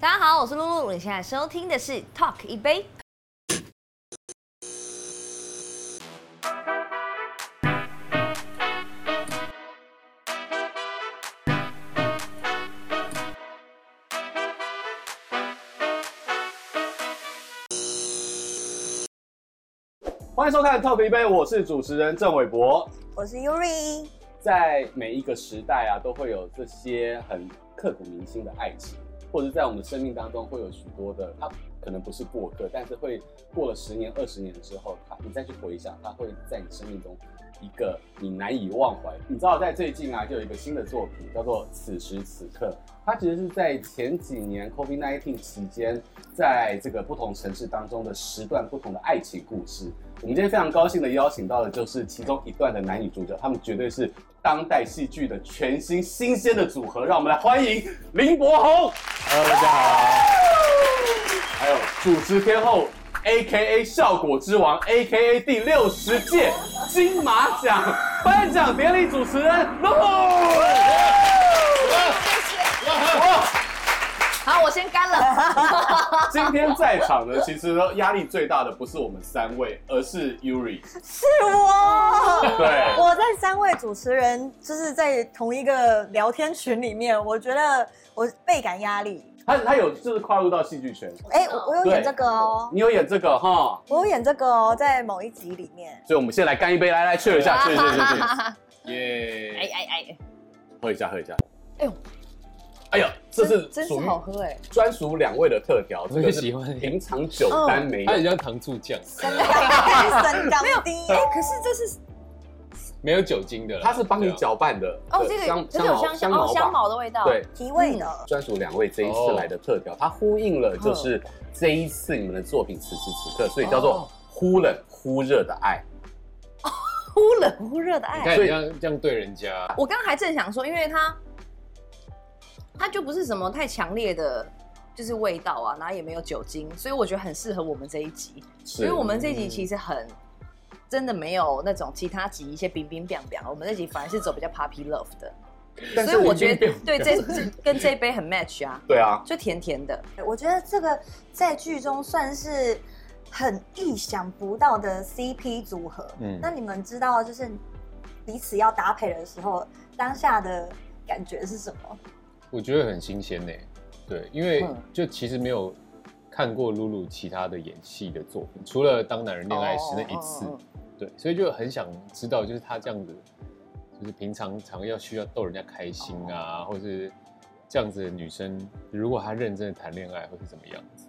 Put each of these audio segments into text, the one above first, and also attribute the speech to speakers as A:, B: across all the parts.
A: 大家好，我是露露，你现在收听的是《Talk 一杯》。
B: 欢迎收看《特别杯》，我是主持人郑伟博。
A: 我是 Yuri，
B: 在每一个时代啊，都会有这些很刻骨铭心的爱情，或者在我们的生命当中会有许多的，它可能不是过客，但是会过了十年、二十年之后，它你再去回想，它会在你生命中一个你难以忘怀。你知道，在最近啊，就有一个新的作品叫做《此时此刻》，它其实是在前几年 COVID-19 期间，在这个不同城市当中的时段不同的爱情故事。我们今天非常高兴的邀请到的就是其中一段的男女主角，他们绝对是当代戏剧的全新新鲜的组合，让我们来欢迎林柏宏，
C: Hello，大家好。
B: 还有主持天后 A K A 效果之王 A K A 第六十届金马奖颁奖典礼主持人罗红。
A: 好，我先干了。
B: 今天在场呢，其实压力最大的不是我们三位，而是 Yuri。
D: 是我。
B: 对
D: 我在三位主持人就是在同一个聊天群里面，我觉得我倍感压力。
B: 他他有就是跨入到戏剧圈，
D: 哎、我我有演这个哦，
B: 你有演这个哈？
D: 我有演这个哦，在某一集里面。
B: 所以我们先来干一杯，来来 cheers 一 下，cheers cheers cheers，
A: 哎
B: 耶！
A: 哎哎，
B: 喝一下，喝一下。
A: 哎呦，
B: 哎呦，这是
A: 真是
B: 属于
A: 好喝哎！
B: 专属两位的特调，
C: 我也
B: 是
C: 喜欢嗯
B: 平常酒单没有
C: 它。很像糖醋酱，
D: 三 缸三缸滴，
A: 哎，可是这是
C: 没有酒精的啦。啊
B: 它是帮你啊搅拌的
A: 哦，这个这个有香香哦
B: 茅
A: 香
B: 吧
A: 茅的味道。
B: 对，
D: 提味
A: 嗯
D: 的。
B: 专属两位这一次来的特调，它呼应了
A: 哦
B: 就是这一次你们的作品此时此刻，所以叫做
C: 哦
B: 忽冷忽热的爱。
A: 忽冷忽热的爱
C: 对。啊。你看你这样这样对人家，
A: 我刚刚还正想说，因为它它就不是什么太强烈的，就是味道啊，然后也没有酒精，所以我觉得很适合我们这一集，
B: 是
A: 因为我们这一集其实很。真的没有那种其他集一些冰冰凉凉，我们这集反而是走比较 puppy love 的，
B: 但
A: 所
B: 是
A: 以我觉
B: 已经
A: 得
B: 变
A: 对这这跟这一杯很 match 啊，
B: 对啊，
A: 就甜甜的，
D: 我觉得这个在剧中算是很意想不到的 CP 组合。
C: 嗯
D: 那你们知道就是彼此要搭配的时候，当下的感觉是什么？
C: 我觉得很新鲜呢。对，因为
A: 嗯
C: 就其实没有看过露露其他的演戏的作品，除了《当男人恋爱时》那一次
A: 哦哦哦，
C: 对，所以就很想知道，就是她这样子，就是平常常要需要逗人家开心
A: 哦
C: 啊，或是这样子的女生，如果她认真的谈恋爱，会是怎么样子？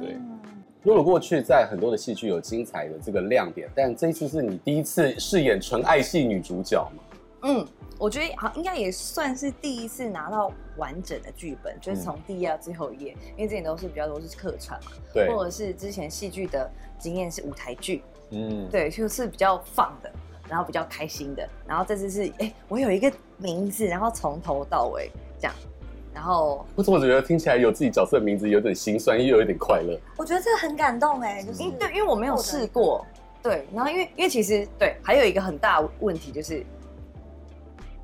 C: 对
A: 哦
B: 如果过去在很多的戏剧有精彩的这个亮点，但这一次是你第一次饰演纯爱系女主角嘛？
A: 嗯，我觉得好，应该也算是第一次拿到完整的剧本，就是
B: 嗯
A: 从第一页到最后一页，因为之前都是比较多是客串嘛，
B: 对，
A: 或者是之前戏剧的经验是舞台剧，
C: 嗯，
A: 对，就是比较放的，然后比较开心的，然后这次是哎、我有一个名字，然后从头到尾这样，然后
B: 我怎么觉得听起来有自己角色的名字有点心酸，又有点快乐？
D: 我觉得这个很感动哎、就是
A: 因对，因为我没有试过，对，然后因为因为其实对，还有一个很大的问题就是，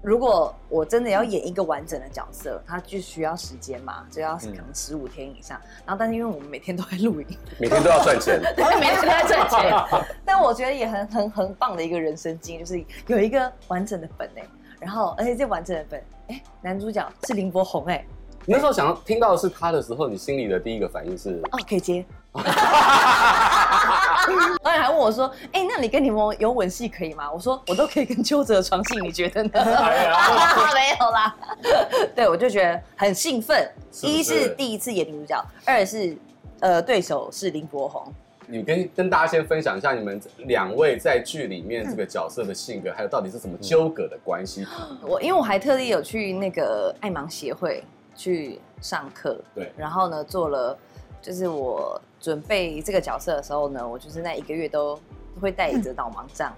A: 如果我真的要演一个完整的角色，它就需要时间嘛，就要可能十五天以上。然后，但是因为我们每天都在录影，
B: 每天都要 赚钱，
A: 对，哦每天都在赚钱， 但我觉得也很很很棒的一个人生经历，就是有一个完整的本哎、然后而且这完整的本哎、男主角是林柏宏哎、
B: 你那时候想要听到的是他的时候，你心里的第一个反应是，
A: 哦，可以 接。导演还问我说：“哎、那你跟你们有吻戏可以吗？”我说：“我都可以跟邱泽床戏，你觉得呢？”
B: 哎
A: 没有啦， 对我就觉得很兴奋。
B: 是不是
A: 一是第一次演女主角，二是呃对手是林柏宏。
B: 你跟跟大家先分享一下你们两位在剧里面这个角色的性格，还有到底是怎么纠葛的关系？
A: 我因为我还特地有去那个爱盲协会去上课，
B: 对
A: 然后呢做了，就是我准备这个角色的时候呢，我就是那一个月都会带着导盲杖，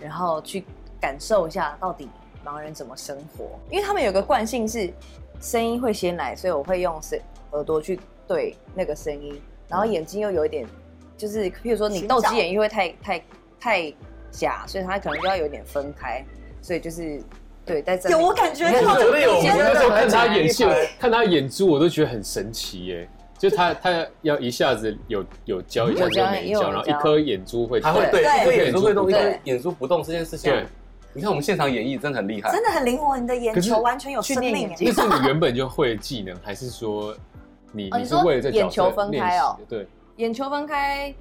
A: 然后去感受一下到底盲人怎么生活，因为他们有个惯性是声音会先来，所以我会用声耳朵去对那个声音，然后眼睛又有一点，就是譬如说你
D: 寻
A: 斗
D: 找
A: 鸡眼又会太太太假，所以它可能就要有点分开，所以就是对，在这
D: 有
A: 里
D: 我感觉
A: 你看
D: 到
A: 这
D: 这
A: 个
D: 个
C: 我
D: 空间
C: 那时候看他演戏
B: 真的很难，
C: 看他演猪，我都觉得很神奇耶。就他他要一下子有有胶，一下子又没
A: 有胶
C: 胶，然后一
A: 有胶
C: 颗眼珠会
B: 还会
C: 动
B: 对
D: 对
B: 一个眼珠会动，一
A: 对
B: 个眼珠不动这件事情
C: 对，
B: 你看我们现场演绎真的很厉害，
D: 真的很灵活，你的眼
C: 可是
D: 球完全有生
A: 去
D: 命欸
A: 念
D: 耶
A: 眼。睛
C: 那是你原本就会的技能，还是说你
A: 哦
C: 你
A: 你
C: 是
A: 说
C: 为了这角
A: 眼球
C: 色
A: 分
C: 练
A: 开哦
C: 习的？对，
A: 眼球分开，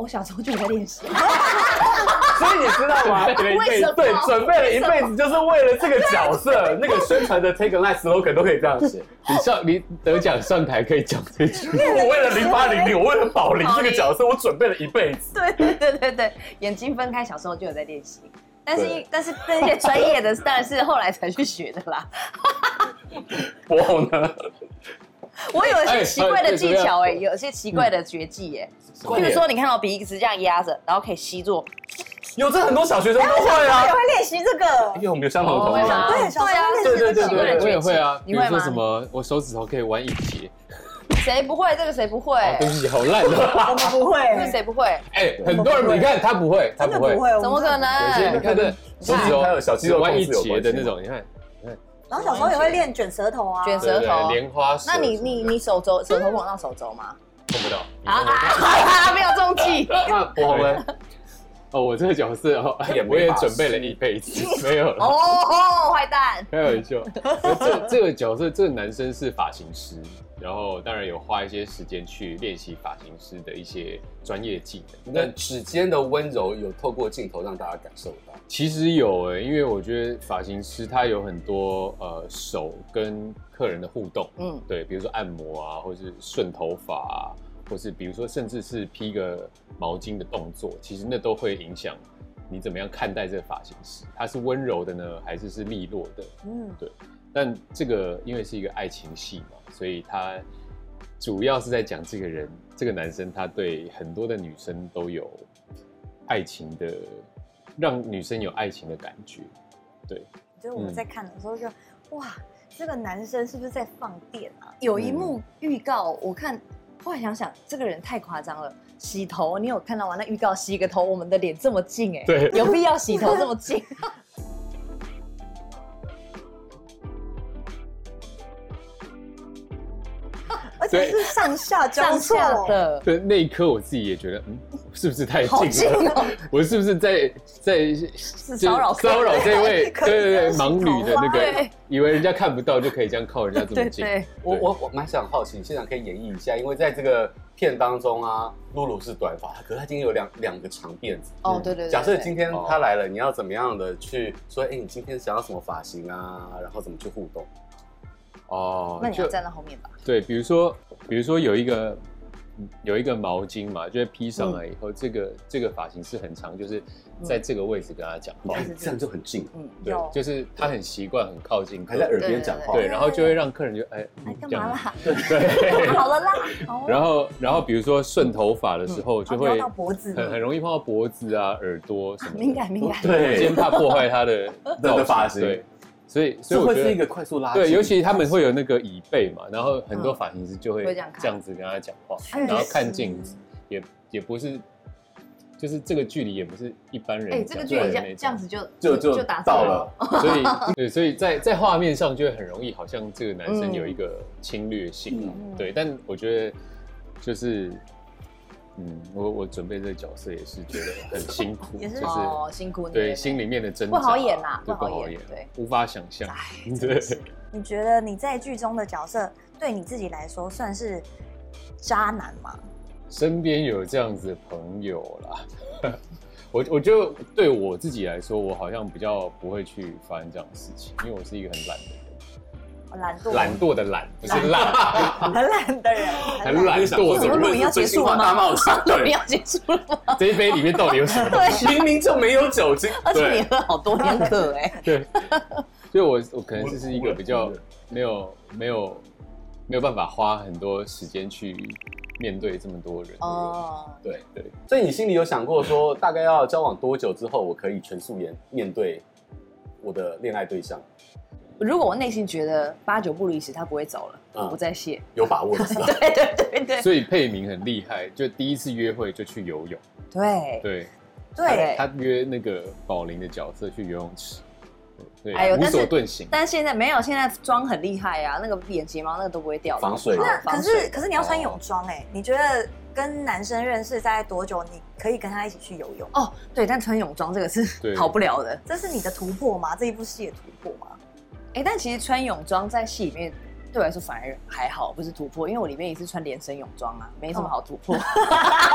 A: 我小时候就有在练习。
B: 所以你知道吗？
A: 为什么
B: 对，准备了一辈子就是为了这个角色，那个宣传的 take a line slogan 都可以这样写。
C: 你上你得奖上台可以讲这句，
B: 我为了零八零零，我为了宝林这个角色，我准备了一辈子。
A: 对对对对对，眼睛分开，小时候就有在练习。但是
B: 对
A: 但是那些专业的当然是后来才去学的啦。
B: 博宏呢？
A: 我有一
C: 哎
A: 些奇怪的
C: 哎
A: 技
C: 怎么
A: 巧
C: 样
A: 哎、有一些奇怪的绝技哎、
C: 么
A: 譬如说你看到鼻子这样压着，然后可以吸住，
B: 有这很多小学生都会
D: 我也
B: 啊，
D: 会练习这个
B: 因，为我们有相同的
A: 哦
B: 童
A: 会吗
B: 年。
D: 对，小时候练习
B: 对对对
D: 这个，
A: 奇怪的
C: 对，我
A: 绝
C: 也
A: 技
C: 会啊。比
A: 你
C: 如
A: 会
C: 说
A: 吗
C: 什么，我手指头可以弯一节，
A: 谁不会这个谁不会？
C: 哦对不起，好烂哦。
D: 我们不 会，
A: 这个谁不会？
C: 哎，很 多人你看他不会，他
D: 真的不会，我们
A: 怎么可
C: 有些你
A: 能？
C: 看这手指头
B: 还有小肌肉控
C: 弯
B: 制
C: 一
B: 有关系
C: 节的那种，你看
D: 然后小时候也会练卷舌头啊，
A: 卷舌
C: 对对
A: 头
C: 对莲花手
A: 那
C: 什么的。
A: 你你你手肘手头碰到手肘吗？
C: 碰不到
A: 啊啊！没有中计。
B: 那博宏呢？
C: 哦，我这个角色哦
B: 他也，没
C: 我 也
B: 法
C: 准备了一辈子， 没有了。
A: 哦，坏蛋！
C: 开玩笑，这这个角色，这个男生是发型师，然后当然有花一些时间去练习发型师的一些专业技能。
B: 那
C: 但
B: 指尖的温柔有透过镜头让大家感受到。
C: 其实有欸诶、因为我觉得发型师他有很多呃手跟客人的互动，
A: 嗯，
C: 对，比如说按摩啊，或是顺头发啊，或是比如说甚至是披个毛巾的动作，其实那都会影响你怎么样看待这个发型师，他是温柔的呢，还是是利落的？
D: 嗯，
C: 但这个因为是一个爱情戏嘛，所以他主要是在讲这个人，这个男生他对很多的女生都有爱情的，让女生有爱情的感觉。
D: 就是我们在看的时候就哇，这个男生是不是在放电啊？
A: 有一幕
C: 嗯
A: 预告，我看后来想想，这个人太夸张了。洗头，你有看到吗？那预告洗个头，我们的脸这么近哎、
C: 对
A: 有必要洗头这么近？
D: 而且是上下交
A: 上
D: 错，
A: 下的，
C: 对，那一刻我自己也觉得，嗯，是不是太
A: 好
C: 近
A: 近
C: 了？
A: 哦、
C: 我是不是在在
A: 骚扰
C: 骚扰这 位
D: 可
C: 对
D: 以
C: 对对
D: 这样洗
C: 盲女的那
A: 头发
C: 个，以为人家看不到就可以这样靠人家这么
A: 对
C: 近？
A: 对，
B: 我我我蛮想好奇，你现场可以演绎一下，因为在这个片当中啊，露露是短发，可是她今天有两两个长辫子。
A: 哦对对对。
B: 假设
A: 对
B: 今天她来了，你要怎么样的去说？哎、你今天想要什么发型啊？然后怎么去互动？
C: 哦，
A: 那你要
C: 就
A: 站在后面吧。
C: 对，比如说，比如说有一个有一个毛巾嘛，就是披上
D: 嗯
C: 来以后，这个这个发型是很长，就是在这个位置跟他讲
B: 你
C: 话，
B: 看哦这样就很近，
A: 嗯，
C: 对
D: 有，哦
C: 就是他很习惯，很靠近
B: 还
C: 客
B: 在耳
C: 人，
B: 边讲话。
C: 对，然后就会让客人就哎，
D: 哎
C: 嗯，
D: 干
C: 这样
D: 嘛啦？
C: 对，
D: 好了啦，哦
C: 然后然后比如说顺头发的时候，就
D: 然后
C: 会
D: 哦到脖子，
C: 很很容易碰到脖子啊、耳朵 什么的，
A: 敏感 敏感。
C: 对，先怕破坏他的造
B: 的发型
C: 对，所以所
B: 这
C: 以我
B: 会
C: 觉
B: 是一
C: 得
B: 个快速拉近。
C: 对，尤其他们会有那个椅背嘛，然后很多发型师就会
A: 嗯会这样看
C: 这样子跟他讲话，
D: 嗯
C: 然后看镜子，也也不是，就是这个距离也不是一般人
A: 哎，这
C: 讲
A: 个
C: 出
A: 距
C: 来
A: 离
C: 的
A: 这
C: 那
A: 样这样
C: 种，
A: 子就
B: 就就
A: 打
B: 到
A: 散
B: 了，
C: 所以 对，所以在在画面上就会很容易，好像这个男
A: 嗯
C: 生有一个侵略性啊，
D: 嗯
C: 对，但我觉得就是。嗯，我我准备这个角色也是觉得很 辛苦，
D: 也是
C: 就是
A: 哦，辛苦你了
C: 对心里面的挣扎
A: 不好演啦不
C: 对
A: 好
C: 不好
A: 演
C: 演，
A: 对，
C: 无法想象
A: 哎，
C: 对，
D: 你觉得你在剧中的角色对你自己来说算是渣男吗？
C: 身边有这样子的朋友啦。 我我就对我自己来说，我好像比较不会去发生这样的事情，因为我是一个很懒的人，
D: 懒惰，
C: 懒惰的懒，不是懒，
D: 很懒的人，
C: 很懒惰
A: 怎么
C: 的
A: 录
C: 人。
A: 影要结束了吗？
B: 大冒险，
A: 录影
B: 对，
A: 要结束了，
C: 这一杯里面到底有什么东西？
B: 明明就没有酒精。
A: 而且
C: 对
A: 你喝好多天可哎，
C: 对，所以我我可能就是一个比较没有没有没有办法花很多时间去面对这么多人。哦，
A: 哦，
B: 对
C: 对，
B: 所以你心里有想过说，大概要交往多久之后，我可以全素颜面对我的恋爱对象？
A: 如果我内心觉得八九不离十，他不会走了，
B: 嗯
A: 我不再谢。
B: 有把握的是吧？
A: 对对对 对
C: 所以佩明很厉害，就第一次约会就去游泳，
A: 对，
C: 对，
D: 对，
C: 他约那个宝林的角色去游泳池，对，
A: 哎呦
C: 无
A: 但是
C: 所遁形。
A: 但现在没有，现在妆很厉害啊，那个眼睫毛那个都不会掉的，
B: 防水的
A: 那
D: 可
A: 防
D: 是
A: 水
D: 可
A: 的
D: 是你要穿泳装哎、你觉得跟男生认识大概多久？你可以跟他一起去游泳？
A: 哦，对，但穿泳装这个是
C: 对
A: 逃不了的。
D: 这是你的突破吗？这一部戏的突破吗？
A: 哎、但其实穿泳装在戏里面对我来说反而还好，不是突破，因为我里面也是穿连身泳装啊，没什么好突 破，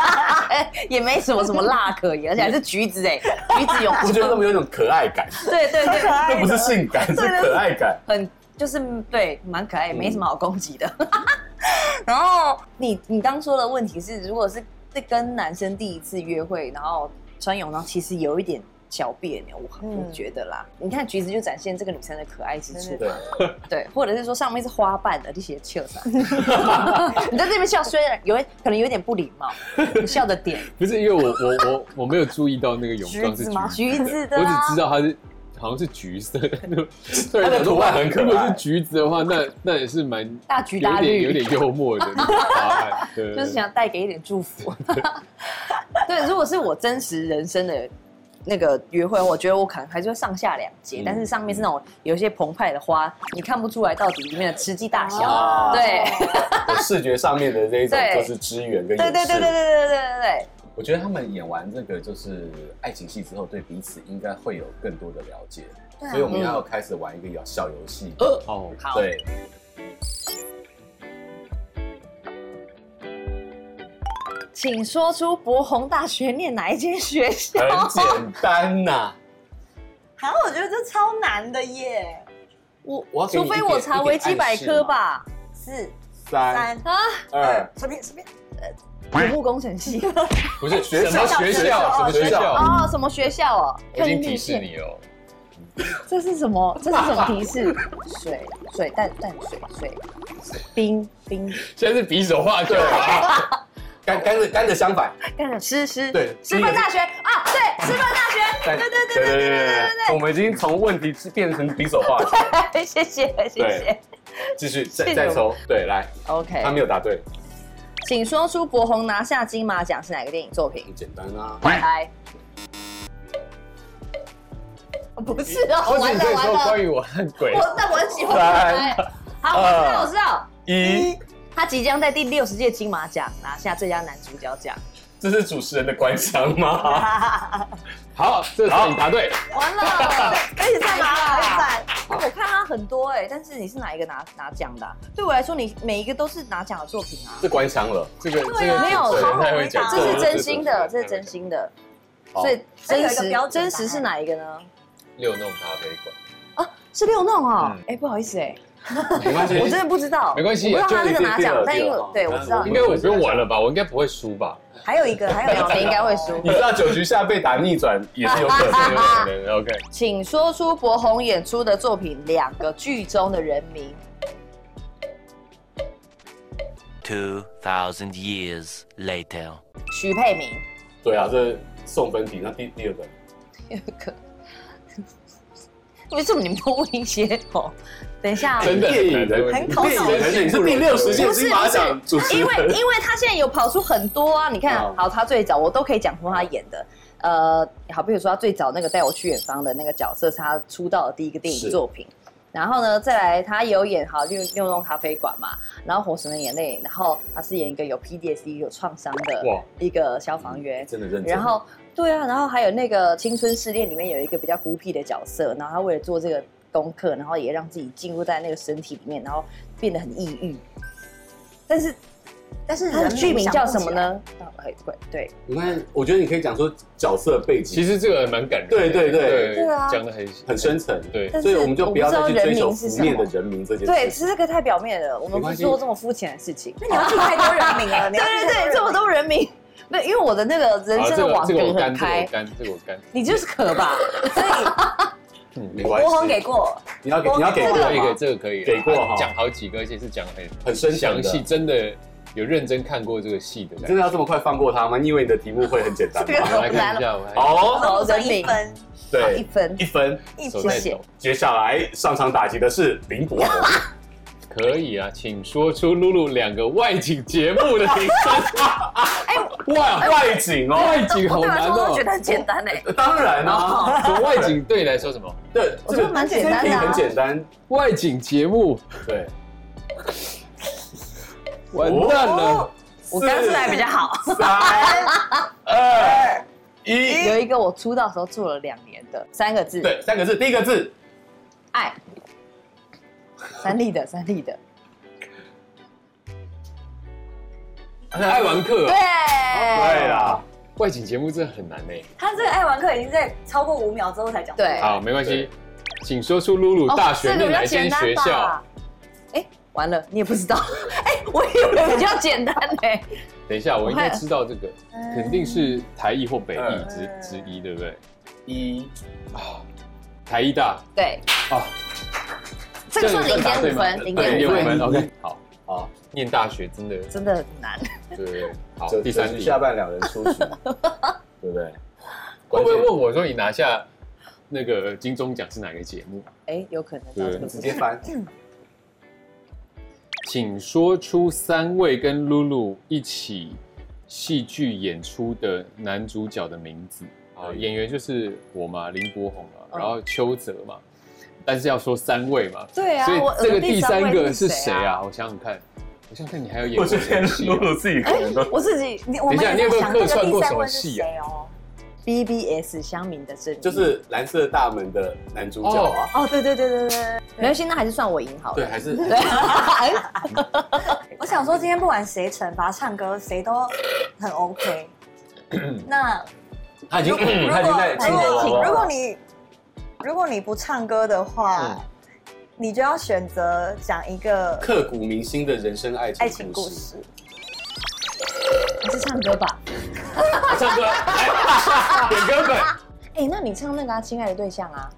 A: 也没什么什么辣可言，而且还是橘子哎、橘子泳
B: 我觉得他
A: 装，
B: 们有一种可爱感，
A: 对对对，
B: 这不是性感，是可爱感。
A: 很就是对，蛮可爱，
B: 嗯
A: 没什么好攻击的。 然后你你刚说的问题是，如果是这跟男生第一次约会，然后穿泳装，其实有一点小别扭，我、
D: 嗯
A: 我觉得啦。你看橘子就展现这个女生的可爱之处，
B: 对，
A: 对，或者是说上面是花瓣的，你写笑啥？啊 你在这边笑，虽然有可能有点不礼貌，你笑的点
C: 不是因为我我 我我没有注意到那个泳装
D: 橘
C: 是橘
D: 子吗
A: 橘子的、
C: 我
A: 啊，
C: 只知道它是好像是橘色的，对
B: 它的图案很可爱
C: 如果是橘子的话，那那也是蛮
A: 大橘
C: 有
A: 大
C: 点
A: 绿，
C: 有点幽默的那个答案，对，
A: 就是想带给一点祝福。 对，如果是我真实人生的那个约会，我觉得我可能还是会上下两节，
B: 嗯
A: 但是上面是那种有一些澎湃的花，你看不出来到底里面的实际大小。
B: 哦
A: 对，
B: 视觉上面的这一种
A: 对
B: 就是支援跟
A: 对对对对对对对对对
B: 我觉得他们演完这个就是爱情戏之后，对彼此应该会有更多的了解，
D: 对啊
B: 所以我们要开始玩一个小游戏。
A: 呃
C: 哦，
A: 好，
B: 对，
A: 请说出博宏大学念哪一间学校？
B: 很简单呐、
D: 好，我觉得这超难的耶。
A: 我
B: 我要给
A: 除
B: 你
A: 非
B: 一
A: 我
B: 点
A: 查
B: 一点
A: 维基
B: 暗
A: 百
B: 示
A: 科
B: 嘛
A: 吧。
D: 四
B: 三
D: 三
A: 啊，
B: 二，
D: 随便随便，
A: 土木工程 系
C: 不是
B: 学
C: 什么
B: 校
C: 学
B: 学校
C: 校什么学校，
A: 哦，什么学校哦？
C: 我已经
A: 看
C: 提示
A: 日
C: 你
B: 哦
C: 了，
A: 这是什么？这是什么提示？水水淡淡水水冰冰
C: 现在是比手画脚
B: 对，啊 干干的干的相反，
A: 干了师师
B: 对
A: 师范大学啊，对师范大学，
B: 对对对对对对，我们已经从问题变成比手画脚，
A: 谢谢谢谢
B: 对。继续再
A: 谢谢
B: 再抽，对，来，
A: OK，
B: 他没有答对，
A: 请说出柏宏拿下金马奖是哪个电影作品
B: 很？简单啊，
A: 来，不是哦，
C: 我
A: 完
C: 只
A: 了完
C: 可以说关
A: 了，
C: 于我和鬼
A: 我那我很喜欢猜。好，我知道我知道，
B: 一，
A: 他即将在第六十届金马奖拿下最佳男主角奖。
B: 这是主持人的官腔吗？
C: 好，这次你答对，
A: 完 了，
D: 可以再拿，可以再。
A: 哦我看他很多哎、但是你是哪一个拿拿奖的啊、对我来说，你每一个都是拿奖的作品啊。
B: 是官腔了，
C: 这个
D: 对
C: 这
D: 啊
C: 个
A: 没有
C: 主持人
D: 好好
C: 太
D: 回
C: 会讲
D: 答
A: 这
C: 了，
B: 啊
A: 是真心的，这
C: 对
A: 是真。心的，
B: 好
A: 所以真
D: 还有一个
A: 实
D: 标准答
A: 真
D: 案
A: 实是哪一个呢？
C: 六弄咖啡馆，
A: 是六弄哦，
C: 嗯
A: 哎、不好意思哎、
B: 没关系，
A: 我真的不知道，
C: 没关系
A: 我不知道他那
B: 就一
A: 个
B: 定
A: 拿
B: 对
A: 奖
B: 了，
A: 但因
B: 对
A: 为
B: 了
A: 对
B: 嗯
A: 我知道
C: 应该我不用玩了吧？我应该不会输吧？
D: 还有一个，还有一
A: 没有
D: 个，
A: 你应该会输
B: 你知道九局下被打逆转也是有可能
C: 有
B: 的。
C: 可能 OK，
A: 请说出柏宏演出的作品两个剧中的人名。
E: 2,000 years later.
A: 徐佩明，
B: 对啊，这送分题，那第第二个
A: 有一个，为什么你们都问一些哦？等一下啊，
C: 真的
B: 电影人
D: 很口脑
B: 电影人你是第六十届金马奖主持
A: 因
B: 人
A: 为因为他现在有跑出很多啊，你看，
B: 嗯
A: 好，他最早我都可以讲出他演的，呃，好，比如说他最早那个带我去远方的那个角色是他出道的第一个电影
B: 是
A: 作品，然后呢，再来他有演好六六弄咖啡馆嘛，然后《火神的眼泪》，然后他是演一个有 PDSD 有创伤的
C: 哇
A: 一个消防员，
B: 真的认真，
A: 然后对啊，然后还有那个《青春试炼》里面有一个比较孤僻的角色，然后他为了做这个功课，然后也让自己进入在那个身体里面，然后变得很抑郁。但是
D: 但是
A: 他的
D: 人
A: 剧名叫什么
D: 想
A: 呢？啊，哎对对，
B: 你看，我觉得你可以讲说角色背景
C: 其实这个蛮感人的，
B: 对对对
A: 对啊
C: 讲的很
B: 很深层，
C: 对
A: 但是
B: 所以我们就不要再去追求
A: 我不知道人名是什
B: 负
A: 么
B: 面的人名这
A: 对
B: 件事。
A: 对，其实这个太表面了，我们
B: 没
A: 不
B: 关系
A: 做这么肤浅的事情。
D: 不起来？那你要记太多人 名了，你
A: 对
D: 要记
A: 对
D: 太
A: 对，这么
D: 多人名
A: 多人名，那因为我的那个人生
C: 好啊这
A: 的
C: 个
A: 网
C: 这个我
A: 格
C: 干，
A: 很
C: 这个
A: 开
C: 我，干，这个我干。
A: 你就是可 吧？所以
B: 没
D: 我
B: 关系，
D: 我给过，
B: 你要给
D: 我
B: 你要给
D: 这
B: 过
D: 个
C: 可以，可以
B: 吗？
C: 这个可以啊，
B: 给过哈
C: 讲好几个，而且是讲很
B: 很深层
C: 详
B: 的
C: 细，真的有认真看过这个戏的
B: 你
C: 感
B: 真
C: 觉。
B: 的要这么快放过他吗？你以为你的题目会 很简单
A: 这
B: 吗？
A: 个
C: 我来看一下，我来看一下
B: 哦，
A: 好人名
D: 一分
A: 啊一
B: 对，
A: 分
B: 一分。
D: 一
C: 手
D: 分，
C: 在
A: 谢谢
C: 抖，
B: 接下来上场打击的是林柏宏，
C: 可以啊，请说出露露两个外景节目的名称。
A: 哎，
B: 哇，外景哦，
C: 外景好
A: 我对我来
C: 难
A: 说，
C: 哦
A: 我觉。得很简单
D: 欸
A: 哎。
B: 当然啊，
C: 啊，什么外景对你来说什么？
B: 对，
A: 哦我觉得蛮简单的啊
B: 很简单，
C: 外景节目
B: 对，
C: 完蛋了，
A: 我刚出来比较好，
B: 四哦三二一，
A: 有一个我出道时候做了两年的三个字，
B: 对，三个字，第一个字
A: 爱，三立的三 立的，
C: 爱玩客
A: 对
C: 哦，
B: 对啦，
C: 外景节目真的很难呢。
D: 他这个爱玩课已经在超过五秒之后才讲。
A: 哎对哦
C: 好，没关系，请说出露露大学念哪一间学校？？
A: 哎，完了，你也不知道， 哎，我以为比较简单哎，
C: 等一下，我应该知道这个，
D: 嗯
C: 肯定是台艺或北艺
B: 嗯
C: 之之一，对不对？
B: 一，
C: 啊，台艺大
A: 对，
C: 啊，
A: 这个算
C: 这
A: 零
C: 样
A: 点
C: 有
A: 五
C: 算
A: 分，零点五
C: 答对吗对零点
A: 分，嗯
C: 五分
B: 对
C: ，OK，好，
B: 好，
C: 念大学真的
A: 真的很难。
C: 对，好，
B: 就
C: 第三
B: 就是
C: 题，
B: 下半两人出 局，对不对？
C: 会不会问我说你拿下那个金钟奖是哪个节目？
A: 哎，有可能这样
C: 对
A: 子
B: 直接翻，
C: 请说出三位跟露露一起戏剧演出的男主角的名字。啊，
B: 可以
C: 演员就是我嘛，林柏宏嘛，
A: 嗯
C: 然后邱泽嘛，但是要说三位嘛，
A: 对啊，
C: 所以
A: 我
C: 这个
A: 我
C: 第三
A: 位
C: 个是谁
A: 谁？
C: 啊？我想想看，我想想看你还有演
B: 我
C: 过
B: 觉
C: 什
B: 得
C: 么戏
B: 露
C: 啊？
B: 露自己可
A: 哎
B: 能都
D: 我自己，你我们
C: 等一下
D: 也
C: 你有
D: 在
C: 没有
D: 想那个
C: 客串
D: 第
C: 过
D: 三
C: 什么
D: 位是
C: 戏啊
D: 谁哦。
A: BBS 乡民的正义
B: 就是蓝色大门的男主角啊，
D: 哦，对对对对对，
A: 没关系，那还是算我赢好了。
B: 对，还是
A: 对，
D: 我想说今天不管谁惩罚唱歌，谁都很 OK。那
B: 他已经嗯
D: 如果
B: 他已经在
D: 如
B: 亲
D: 果
B: 我
D: 如
B: 了哦
D: 果。你如果你不唱歌的话，
B: 嗯
D: 你就要选择讲一个
B: 刻骨铭心的人生爱情
D: 爱情故事。
A: 还是唱歌吧。
B: 啊唱歌，来点歌本，
A: 哎，那你唱那个啊，亲爱的对象啊，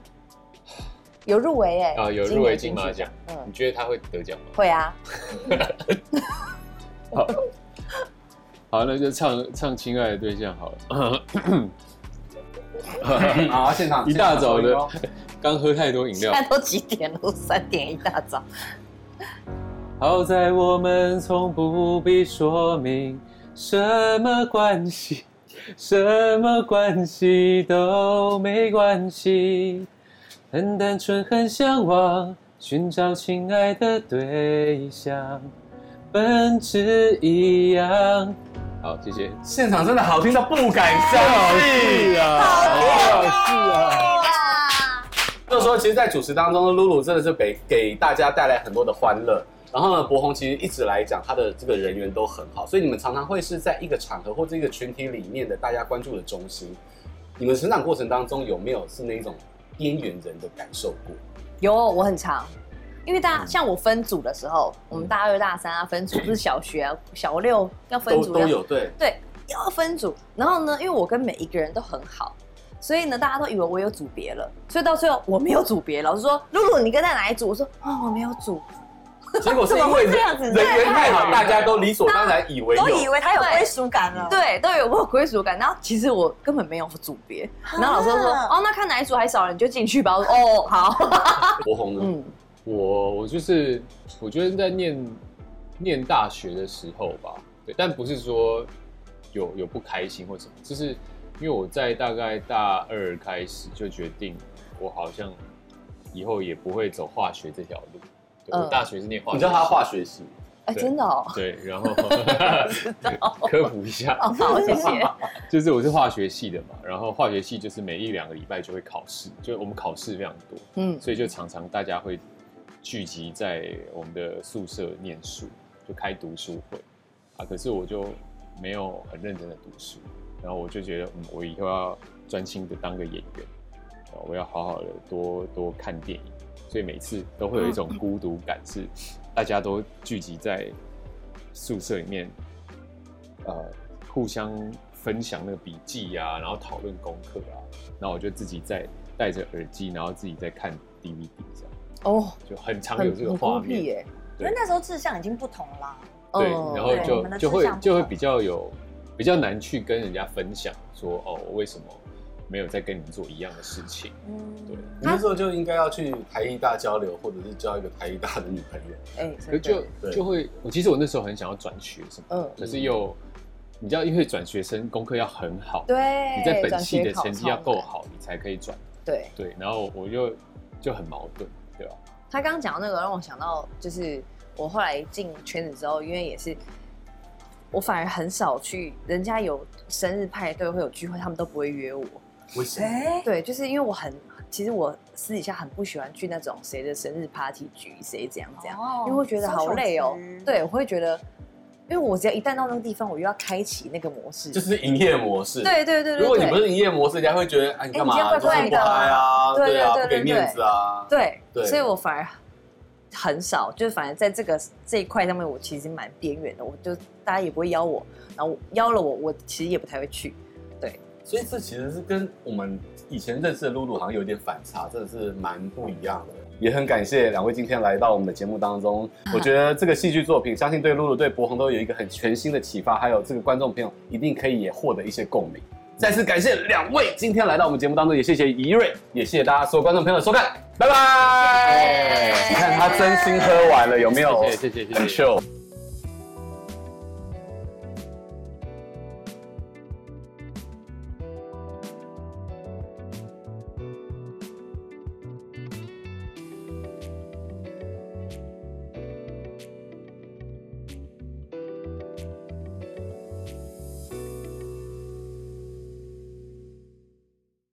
A: 有入围哎，
C: 啊，有
A: 今
C: 入围
A: 年
C: 金
A: 曲
C: 马奖，你
A: 嗯，
C: 觉得他会得奖吗？
A: 会啊，
C: 好，好，那就唱唱《亲爱的对象》好了。
B: 嗯好，现场
C: 一大早
B: 现
C: 的
B: 场收音哦，
C: 刚喝太多饮 料
A: 现。在都几点了？都三点一大早。
C: 好在我们从不必说明什么关系，什么关系都没关系，很单纯，很向往寻找亲爱的对象，本质一样。好，谢谢。
B: 现场真的好听到不敢相信啊！
C: 好是啊，
B: 那时候其实，在主持当中，露露真的是给给大家带来很多的欢乐。然后呢，博宏其实一直来讲，他的这个人缘都很好，所以你们常常会是在一个场合或者一个群体里面的大家关注的中心。你们成长过程当中有没有是那种边缘人的感受过？
A: 有，我很长，因为大
C: 嗯
A: 家像我分组的时候，我们大二大三啊分组，不是小学啊小六要分
B: 都
A: 组
B: 都
A: 要
B: 有对，
A: 对，要分组。然后呢，因为我跟每一个人都很好，所以呢，大家都以为我有组别了，所以到最后我没有组别。老师说：“露露，你跟在哪一组？”我说：“啊、我没有组。
B: 结果是因为
D: 怎么会这
B: 人
D: 样子
B: 人缘太好，大家都理所当然以为有
D: 都。以为他有
A: 对
D: 归属感了”。，
A: 对，都有我有归属感。然后其实我根本没有组别。然后老师就说：“
D: 啊
A: 哦，那看哪一组还少了，你就进去吧。”我说：“哦，好。
B: 博宏”呢？
A: 嗯，
C: 我我就是我觉得在念念大学的时候吧，对，但不是说有有不开心或什么，就是因为我在大概大二开始就决定，我好像以后也不会走化学这条路。对
A: 嗯
C: 我大学是念化学，
B: 你知道他化学系，
A: 哎，
C: 对
A: 真的哦。
C: 对，然 后科普一下，
A: 哦，好，谢 谢。
C: 就是我是化学系的嘛，然后化学系就是每一两个礼拜就会考试，就我们考试非常多，
A: 嗯，
C: 所以就常常大家会聚集在我们的宿舍念书，就开读书会啊。可是我就没有很认真的读书，然后我就觉得，嗯，我以后要专心的当个演员，啊，我要好好的多多看电影。所以每次都会有一种孤独感，是大家都聚集在宿舍里面，呃，互相分享那个笔记啊，然后讨论功课啊，然后我就自己在戴着耳机，然后自己在看 DVD 这样，
A: 哦，
C: 就很常有
A: 很
C: 这个
A: 很孤
C: 画面
A: 僻。耶。
D: 因为那时候志向已经不同啦。
C: 对，
A: 哦
C: 然后
D: 对我们的
C: 就
D: 志
C: 就会
D: 向不
C: 就会
D: 同
C: 比较有比较难去跟人家分享说哦，我为什么没有在跟你们做一样的事情？
D: 嗯，
C: 对
B: 你那时候就应该要去台艺大交流，或者是交一个台艺大的女朋友。
A: 哎，
C: 可
A: 真的
C: 就
B: 对
C: 就会，我其实我那时候很想要转学什么的，
A: 嗯
C: 可是又你知道，因为转学生功课要很好，
A: 对，
C: 你在本
A: 转
C: 系
A: 学
C: 的
A: 考
C: 成绩要
A: 超
C: 够
A: 难，
C: 好，你才可以转。
A: 对。
C: 对，然后我就就很矛盾，对吧？
A: 他刚刚讲到那个，让我想到就是我后来进圈子之后，因为也是我反而很少去，人家有生日派对会有聚会，他们都不会约我。
B: 为什么？
D: 哎，
A: 对，就是因为我很，其实我私底下很不喜欢去那种谁的生日 party 局，谁怎样怎样，
D: 哦
A: 因为会觉得好累哦
D: social 局。
A: 对，我会觉得，因为我只要一旦到那个地方，我又要开启那个模式。
B: 就是营业模式。
A: 对对对对
B: 如果你
A: 对
B: 不是营业模式，人家会觉得哎，你干嘛、
A: 哎你今天怪怪的
B: 就是不嗨啊，
A: 对对
B: 啊，
A: 对
B: 不
A: 对
B: 给面子啊。
A: 对，
B: 对
A: 所以我反而很少，就是反而在这个这一块上面，我其实蛮边缘的，我就大家也不会邀我，然后邀了我，我其实也不太会去。
B: 所以这其实是跟我们以前认识的露露好像有点反差，真的是蛮不一样的。也很感谢两位今天来到我们的节目当中，
C: 啊
B: 我觉得这个戏剧作品，相信对露露、对博宏都有一个很全新的启发，还有这个观众朋友一定可以也获得一些共鸣。再次感谢两位今天来到我们节目当中，也谢谢怡瑞，也谢谢大家所有观众朋友的收看，拜拜。你看他真心喝完了，有没有？
C: 谢谢谢谢谢谢
B: 很 chill。